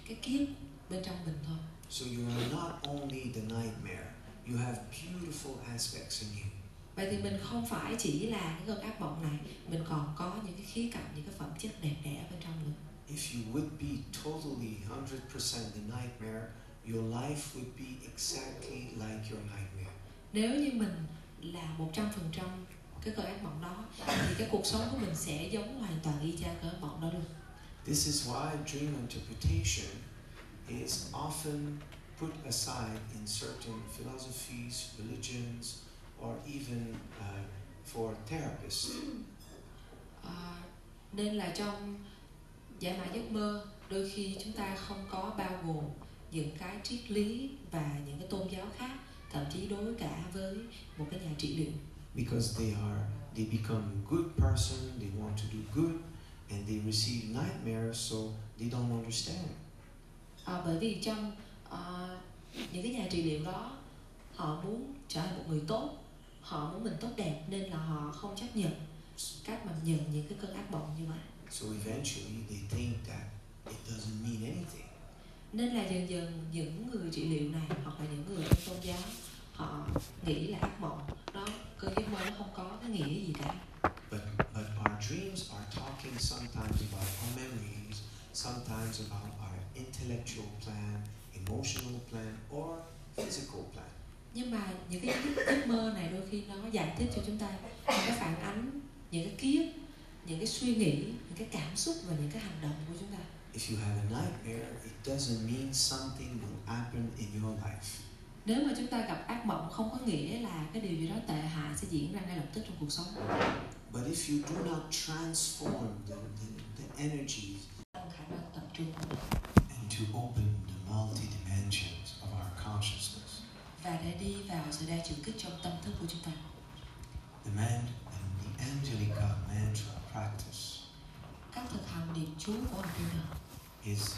S2: cái kiếp bên trong mình thôi
S3: So you are not only the nightmare, you have beautiful aspects in you.
S2: vậy thì mình không phải chỉ là cái cơn ác mộng này mình còn có những cái khía cạnh những cái phẩm chất đẹp đẽ bên trong mình
S3: If you would be totally 100% the nightmare, your life would be exactly like your nightmare.
S2: nếu như mình là 100% cái cơn ác mộng đó thì cái cuộc sống của mình sẽ giống hoàn toàn y chang cơn ác mộng đó luôn
S3: This is why dream interpretation is often put aside in certain philosophies, religions, or even uh, for therapists.
S2: À, nên là trong giải mã giấc mơ đôi khi chúng ta không có bao gồm những cái triết lý và những cái tôn giáo khác thậm chí đối cả với một cái nhà trị liệu
S3: because they are they become good person they want to do good and they receive nightmares so they don't understand
S2: À, bởi vì trong à, những cái nhà trị liệu đó họ muốn trở thành một người tốt họ muốn mình tốt đẹp nên là họ không chấp nhận cách mà nhận những cái cơn ác mộng như vậy
S3: so eventually they think that it doesn't mean anything
S2: nên là dần dần những người trị liệu này hoặc là những người trong tôn giáo họ nghĩ là ác mộng đó cơn giấc mơ nó không có cái nghĩa gì cả
S3: but but our dreams are talking sometimes about our memories sometimes about our intellectual plan emotional plan or physical plan
S2: nhưng mà những cái giấc- giấc mơ này đôi khi nó giải thích cho chúng ta những cái phản ánh những cái kiếp những cái suy nghĩ những cái cảm xúc và những cái hành động của chúng ta
S3: if you have a nightmare it doesn't mean something will happen in your life
S2: nếu mà chúng ta gặp ác mộng không có nghĩa là cái điều gì đó tệ hại sẽ diễn ra ngay lập tức trong cuộc sống
S3: but if you do not transform the, the, the energies
S2: Tăng khả năng tập trung
S3: and to open the multi dimensions of our consciousness.
S2: và để đi vào sự đa chiều kích trong tâm thức của chúng ta
S3: The man and the Angelica mantra practice
S2: các thực hành niệm chú của hành viên nào
S3: is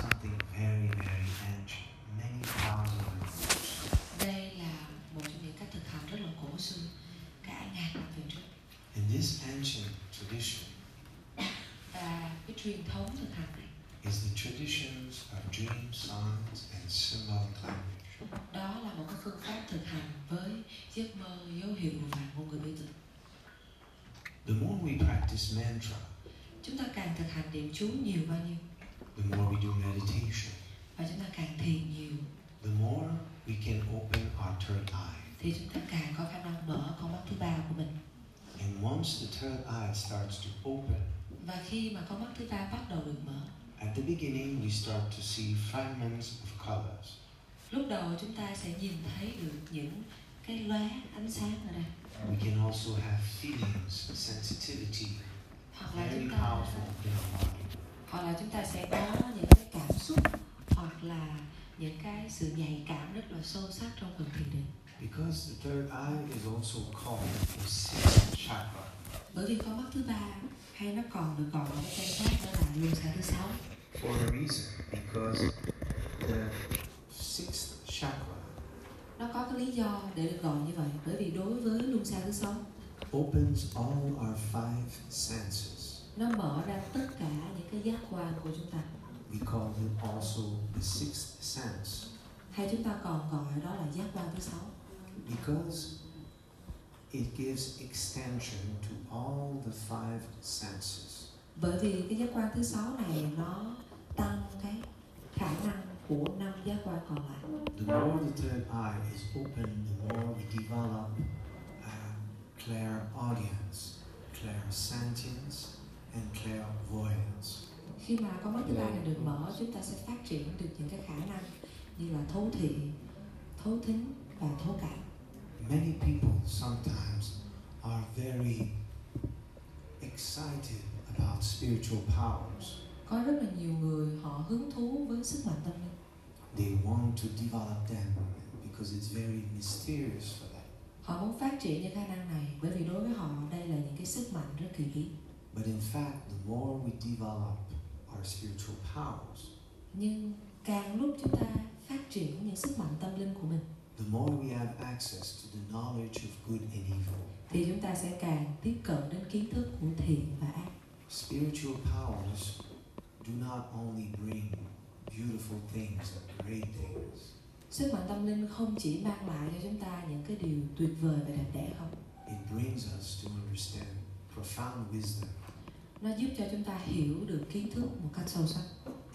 S3: something very, very ancient, many thousands of years.
S2: đây là một trong những cách thực hành rất là cổ xưa cả ngàn năm về trước
S3: And this ancient tradition
S2: và cái truyền thống thực hành này
S3: is the traditions of dream signs and symbolic language.
S2: đó là một cái phương pháp thực hành với giấc mơ dấu hiệu và ngôn ngữ biểu tượng
S3: The more we practice mantra,
S2: chúng ta càng thực hành niệm chú nhiều bao nhiêu
S3: the more we do meditation,
S2: và chúng ta càng thiền nhiều
S3: the more we can open our third eye.
S2: thì chúng ta càng có khả năng mở con mắt thứ ba của mình
S3: And once the third eye starts to open,
S2: và khi mà con mắt thứ ba bắt đầu được mở
S3: at the beginning we start to see fragments of colors.
S2: lúc đầu chúng ta sẽ nhìn thấy được những cái lóe ánh sáng ở đây
S3: We can also have feelings, sensitivity,
S2: hoặc là
S3: very
S2: chúng ta
S3: powerful in our body.
S2: hoặc là chúng ta sẽ có những cái cảm xúc hoặc là những cái sự nhạy cảm rất là sâu sắc trong phần thiền định
S3: Because the third eye is also called the sixth chakra.
S2: bởi vì con mắt thứ ba hay nó còn được gọi là cái tên khác đó là luân xa thứ sáu
S3: for a reason because the sixth chakra
S2: nó có cái lý do để được gọi như vậy bởi vì đối với luân xa thứ sáu
S3: opens all our five senses.
S2: nó mở ra tất cả những cái giác quan của chúng ta
S3: We call it also the sixth sense
S2: hay chúng ta còn gọi đó là giác quan thứ sáu
S3: because it gives extension to all the five senses.
S2: bởi vì cái giác quan thứ sáu này nó tăng cái khả năng của năm giác quan còn lại
S3: The more the third eye is open, the more we develop uh, clairaudience, clairsentience, and clairvoyance.
S2: khi mà con mắt thứ ba này được mở chúng ta sẽ phát triển được những cái khả năng như là thấu thị thấu thính và thấu cảm
S3: Many people sometimes are very excited about spiritual powers.
S2: có rất là nhiều người họ hứng thú với sức mạnh tâm linh
S3: They want to develop them because it's very mysterious for them.
S2: họ muốn phát triển những khả năng này bởi vì đối với họ đây là những cái sức mạnh rất kỳ bí
S3: But in fact, the more we develop our spiritual powers,
S2: nhưng càng lúc chúng ta phát triển những sức mạnh tâm linh của mình
S3: the more we have access to the knowledge of good and evil.
S2: thì chúng ta sẽ càng tiếp cận đến kiến thức của thiện và ác
S3: Spiritual powers do not only bring beautiful things but great things.
S2: sức mạnh tâm linh không chỉ mang lại cho chúng ta những cái điều tuyệt vời và đẹp đẽ không
S3: It brings us to understand profound wisdom
S2: nó giúp cho chúng ta hiểu được kiến thức một cách sâu sắc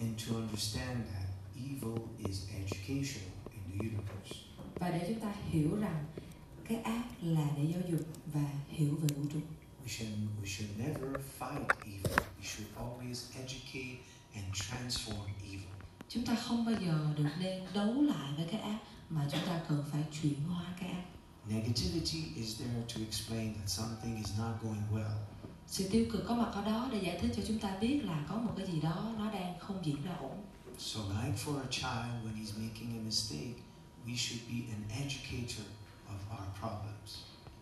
S3: and to understand that evil is educational in the universe.
S2: và để chúng ta hiểu rằng cái ác là để giáo dục và hiểu về vũ trụ
S3: We should, we should never fight evil. We should always educate and transform evil.
S2: chúng ta không bao giờ được nên đấu lại với cái ác mà chúng ta cần phải chuyển hóa cái ác
S3: Negativity is there to explain that something is not going well.
S2: sự tiêu cực có mặt ở đó để giải thích cho chúng ta biết là có một cái gì đó nó đang không diễn ra ổn
S3: So, like for a child when he's making a mistake, we should be an educator of our problems.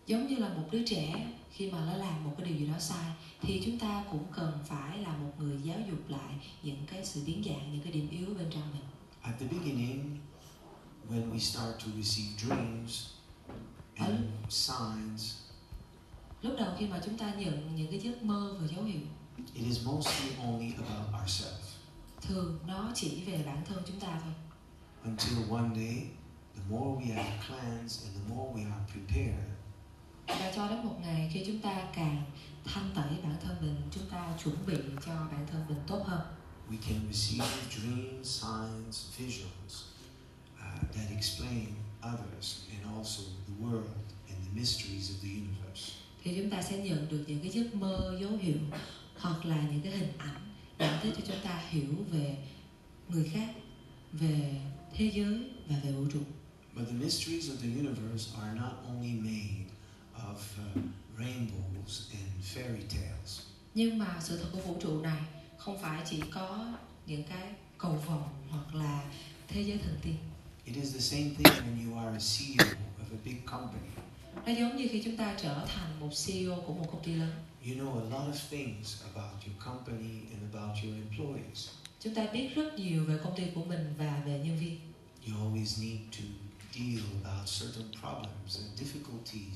S2: giống như là một đứa trẻ khi mà nó làm một cái điều gì đó sai thì chúng ta cũng cần phải là một người giáo dục lại những cái sự biến dạng những cái điểm yếu bên trong mình
S3: At the beginning, when we start to receive dreams and signs,
S2: lúc đầu khi mà chúng ta nhận những cái giấc mơ và dấu hiệu
S3: It is mostly only about ourselves.
S2: thường nó chỉ về bản thân chúng ta thôi
S3: Until one day, the more we have plans and the more we are prepared,
S2: và cho đến một ngày khi chúng ta càng thanh tẩy bản thân mình chúng ta chuẩn bị cho bản thân mình tốt hơn
S3: we can receive dreams, signs, visions uh, that explain others and also the world and the mysteries of the universe.
S2: thì chúng ta sẽ nhận được những cái giấc mơ dấu hiệu hoặc là những cái hình ảnh giải thích cho chúng ta hiểu về người khác về thế giới và về vũ trụ
S3: But the mysteries of the universe are not only made of uh, rainbows and fairy tales.
S2: nhưng mà sự thật của vũ trụ này không phải chỉ có những cái cầu vồng hoặc là thế giới thần tiên
S3: It is the same thing when you are a CEO of a big company.
S2: nó giống như khi chúng ta trở thành một CEO của một công ty lớn
S3: You know a lot of things about your company and about your employees.
S2: chúng ta biết rất nhiều về công ty của mình và về nhân viên
S3: You always need to deal about certain problems and difficulties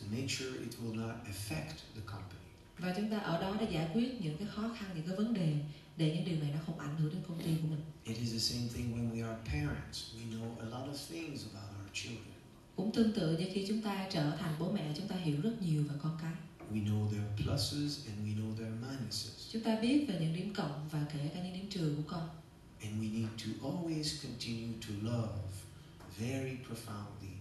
S3: to make sure it will not affect the company.
S2: và chúng ta ở đó để giải quyết những cái khó khăn những cái vấn đề để những điều này nó không ảnh hưởng đến công ty của mình
S3: It is the same thing when we are parents. We know a lot of things about our children.
S2: cũng tương tự như khi chúng ta trở thành bố mẹ chúng ta hiểu rất nhiều về con cái
S3: We know their pluses and we know their minuses.
S2: Chúng ta biết về những điểm cộng và kể cả những điểm trừ của con
S3: And we need to always continue to love very profoundly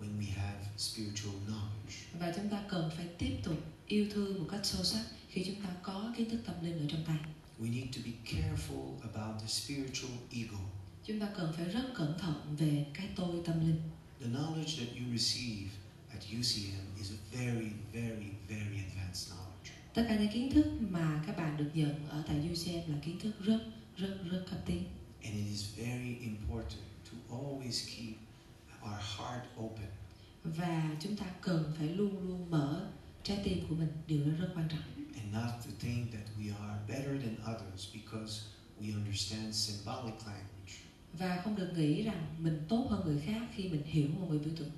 S3: when we have spiritual knowledge.
S2: và chúng ta cần phải tiếp tục yêu thương một cách sâu sắc khi chúng ta có kiến thức tâm linh ở trong tay.
S3: We need to be careful about the spiritual ego.
S2: Chúng ta cần phải rất cẩn thận về cái tôi tâm linh.
S3: The knowledge that you receive at UCM is a very, very, very advanced knowledge.
S2: Tất cả những kiến thức mà các bạn được nhận ở tại UCM là kiến thức rất rất rất cấp tiến
S3: And it is very important to always keep our heart open
S2: và chúng ta cần phải luôn luôn mở trái tim của mình điều đó rất quan trọng
S3: and not to think that we are better than others because we understand symbolic language.
S2: và không được nghĩ rằng mình tốt hơn người khác khi mình hiểu ngôn ngữ biểu tượng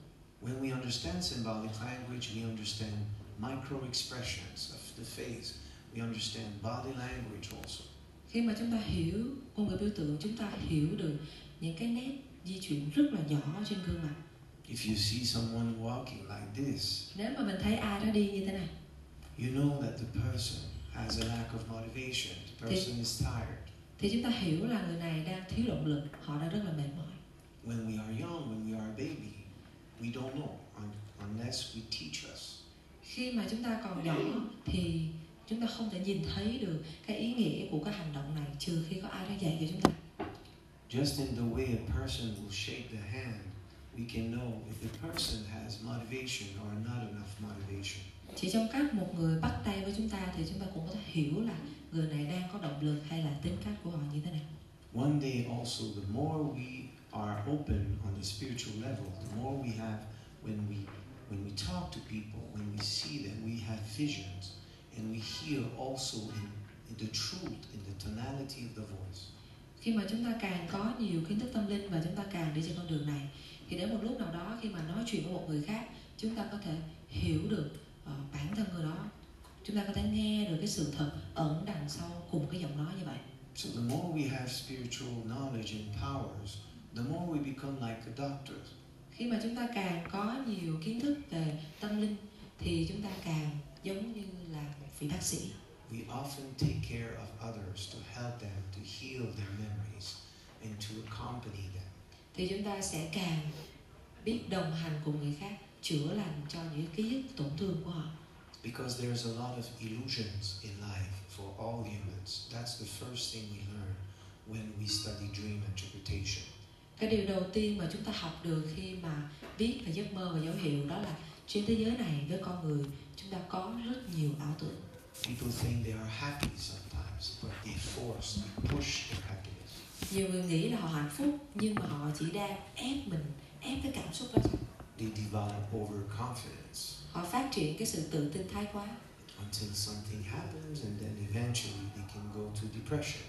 S3: When we understand symbolic language, we understand micro expressions of the face. We understand body language also.
S2: khi mà chúng ta hiểu ngôn ngữ biểu tượng chúng ta hiểu được những cái nét di chuyển rất là nhỏ trên gương mặt
S3: If you see someone walking like this,
S2: nếu mà mình thấy ai đó đi như thế này
S3: you know that the person has a lack of motivation, the person is tired.
S2: thì chúng ta hiểu là người này đang thiếu động lực họ đang rất là mệt mỏi
S3: When we are young, when we are a baby, we don't know un- unless we teach us.
S2: khi mà chúng ta còn nhỏ thì chúng ta không thể nhìn thấy được cái ý nghĩa của cái hành động này trừ khi có ai đó dạy cho chúng ta
S3: Just in the way a person will shake the hand, we can know if the person has motivation or not enough motivation.
S2: chỉ trong cách một người bắt tay với chúng ta thì chúng ta cũng có thể hiểu là người này đang có động lực hay là tính cách của họ như thế nào
S3: One day also, the more we are open on the spiritual level, the more we have when we when we talk to people, when we see them, we have visions, and we hear also in, in the truth, in the tonality of the voice.
S2: khi mà chúng ta càng có nhiều kiến thức tâm linh và chúng ta càng đi trên con đường này thì đến một lúc nào đó khi mà nói chuyện với một người khác chúng ta có thể hiểu được ờ, bản thân người đó chúng ta có thể nghe được cái sự thật ẩn đằng sau cùng cái giọng nói như vậy
S3: So the more we have spiritual knowledge and powers, the more we become like a doctor.
S2: khi mà chúng ta càng có nhiều kiến thức về tâm linh thì chúng ta càng giống như là một vị bác sĩ
S3: We often take care of others to help them to heal their memories and to accompany them.
S2: thì chúng ta sẽ càng biết đồng hành cùng người khác chữa lành cho những ký ức tổn thương của họ
S3: Because there's a lot of illusions in life for all humans. That's the first thing we learn when we study dream interpretation.
S2: cái điều đầu tiên mà chúng ta học được khi mà viết về giấc mơ và dấu hiệu đó là trên thế giới này với con người chúng ta có rất nhiều ảo tưởng
S3: People think they are happy sometimes, but they force, they push their happiness.
S2: nhiều người nghĩ là họ hạnh phúc nhưng mà họ chỉ đang ép mình ép cái cảm xúc đó thôi.
S3: They develop overconfidence
S2: họ phát triển cái sự tự tin thái quá
S3: until something happens, and then eventually they can go to depression.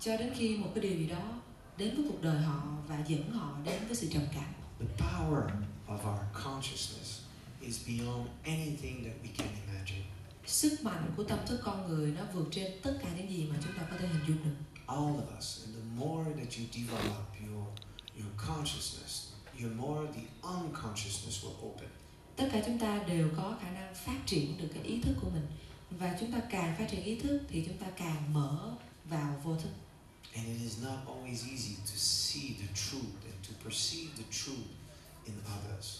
S2: cho đến khi một cái điều gì đó đến với cuộc đời họ và dẫn họ đến với sự trầm cảm
S3: The power of our consciousness is beyond anything that we can imagine.
S2: sức mạnh của tâm thức con người nó vượt trên tất cả những gì mà chúng ta có thể hình dung được
S3: all of us. And the more that you develop your your consciousness, your more the unconsciousness will open.
S2: tất cả chúng ta đều có khả năng phát triển được cái ý thức của mình và chúng ta càng phát triển ý thức thì chúng ta càng mở vào vô thức
S3: And it is not always easy to see the truth and to perceive the truth in others.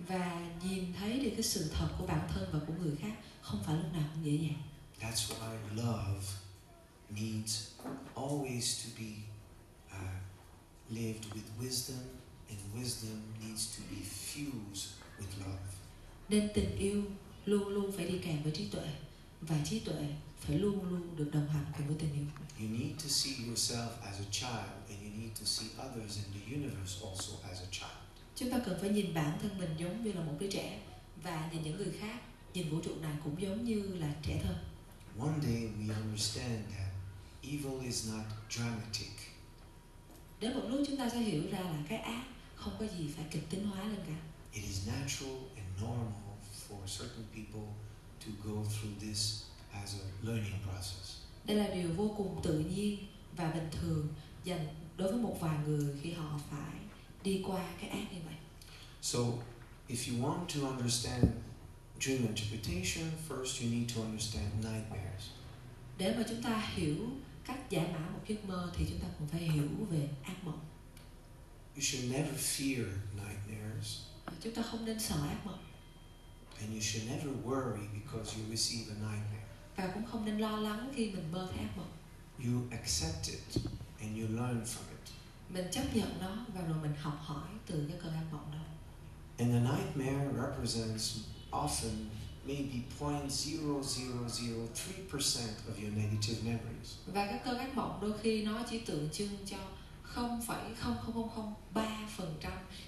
S2: và nhìn thấy được cái sự thật của bản thân và của người khác không phải lúc nào cũng dễ dàng
S3: That's why love needs always to be uh, lived with wisdom, and wisdom needs to be fused with love.
S2: nên tình yêu luôn luôn phải đi kèm với trí tuệ và trí tuệ phải luôn luôn được đồng hành cùng với tình yêu
S3: You need to see yourself as a child, and you need to see others in the universe also as a child.
S2: chúng ta cần phải nhìn bản thân mình giống như là một đứa trẻ và nhìn những người khác nhìn vũ trụ này cũng giống như là trẻ thơ
S3: One day we understand that evil is not dramatic.
S2: đến một lúc chúng ta sẽ hiểu ra là cái ác không có gì phải kịch tính hóa lên cả
S3: It is natural and normal for certain people to go through this as a learning process.
S2: đây là điều vô cùng tự nhiên và bình thường dành đối với một vài người khi họ phải đi qua cái ác như vậy
S3: So, if you want to understand dream interpretation, first you need to understand nightmares.
S2: để mà chúng ta hiểu cách giải mã một giấc mơ thì chúng ta cũng phải hiểu về ác mộng
S3: You should never fear nightmares,
S2: chúng ta không nên sợ ác mộng
S3: and you should never worry because you receive a nightmare.
S2: và cũng không nên lo lắng khi mình mơ thấy ác mộng
S3: You accept it and you learn from it.
S2: mình chấp nhận nó và rồi mình học hỏi từ cái cơn ác mộng đó
S3: And a nightmare represents often maybe 0.0003% of your negative memories.
S2: và cái cơn ác mộng đôi khi nó chỉ tượng trưng cho 0,0003%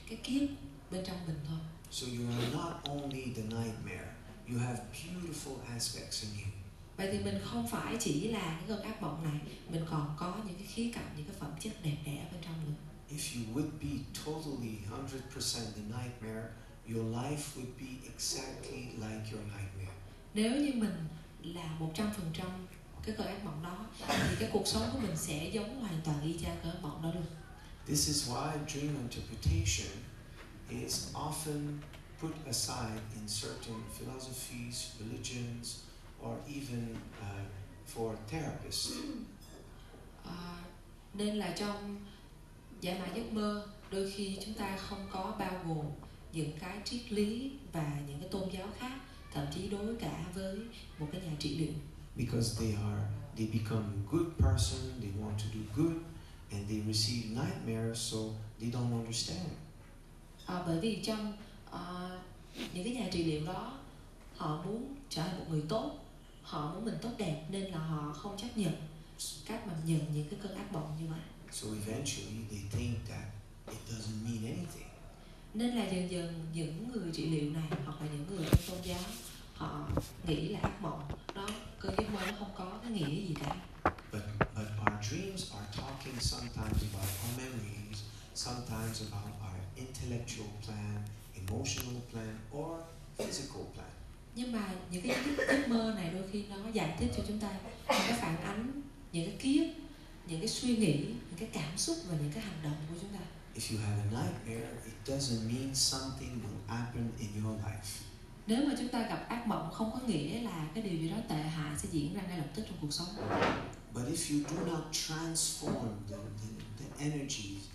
S2: cái kiếp bên trong mình thôi
S3: So you are not only the nightmare, you have beautiful aspects in you.
S2: vậy thì mình không phải chỉ là cái cơn ác mộng này mình còn có những cái khía cạnh những cái phẩm chất đẹp đẽ bên trong mình
S3: If you would be totally 100% the nightmare, your life would be exactly like your nightmare.
S2: nếu như mình là 100% cái cơn ác mộng đó thì cái cuộc sống của mình sẽ giống hoàn toàn y chang cơn ác mộng đó luôn
S3: This is why dream interpretation is often put aside in certain philosophies, religions, or even uh, for therapists.
S2: À, nên là trong giải mã giấc mơ đôi khi chúng ta không có bao gồm những cái triết lý và những cái tôn giáo khác thậm chí đối cả với một cái nhà trị liệu
S3: because they are they become good person they want to do good and they receive nightmares so they don't understand
S2: à, bởi vì trong à, những cái nhà trị liệu đó họ muốn trở thành một người tốt họ muốn mình tốt đẹp nên là họ không chấp nhận cách mà nhận những cái cơn ác mộng như vậy
S3: so eventually they think that it doesn't mean anything
S2: nên là dần dần những người trị liệu này hoặc là những người trong tôn giáo họ nghĩ là ác mộng nó cơn giấc mơ nó không có cái nghĩa gì cả
S3: but but our dreams are talking sometimes about our memories sometimes about our intellectual plan emotional plan or physical plan
S2: nhưng mà những cái giấc- giấc mơ này đôi khi nó giải thích cho chúng ta những cái phản ánh những cái kiếp những cái suy nghĩ những cái cảm xúc và những cái hành động của chúng ta
S3: if you have a nightmare it doesn't mean something will happen in your life
S2: nếu mà chúng ta gặp ác mộng không có nghĩa là cái điều gì đó tệ hại sẽ diễn ra ngay lập tức trong cuộc sống
S3: But if you do not transform the, the, the energies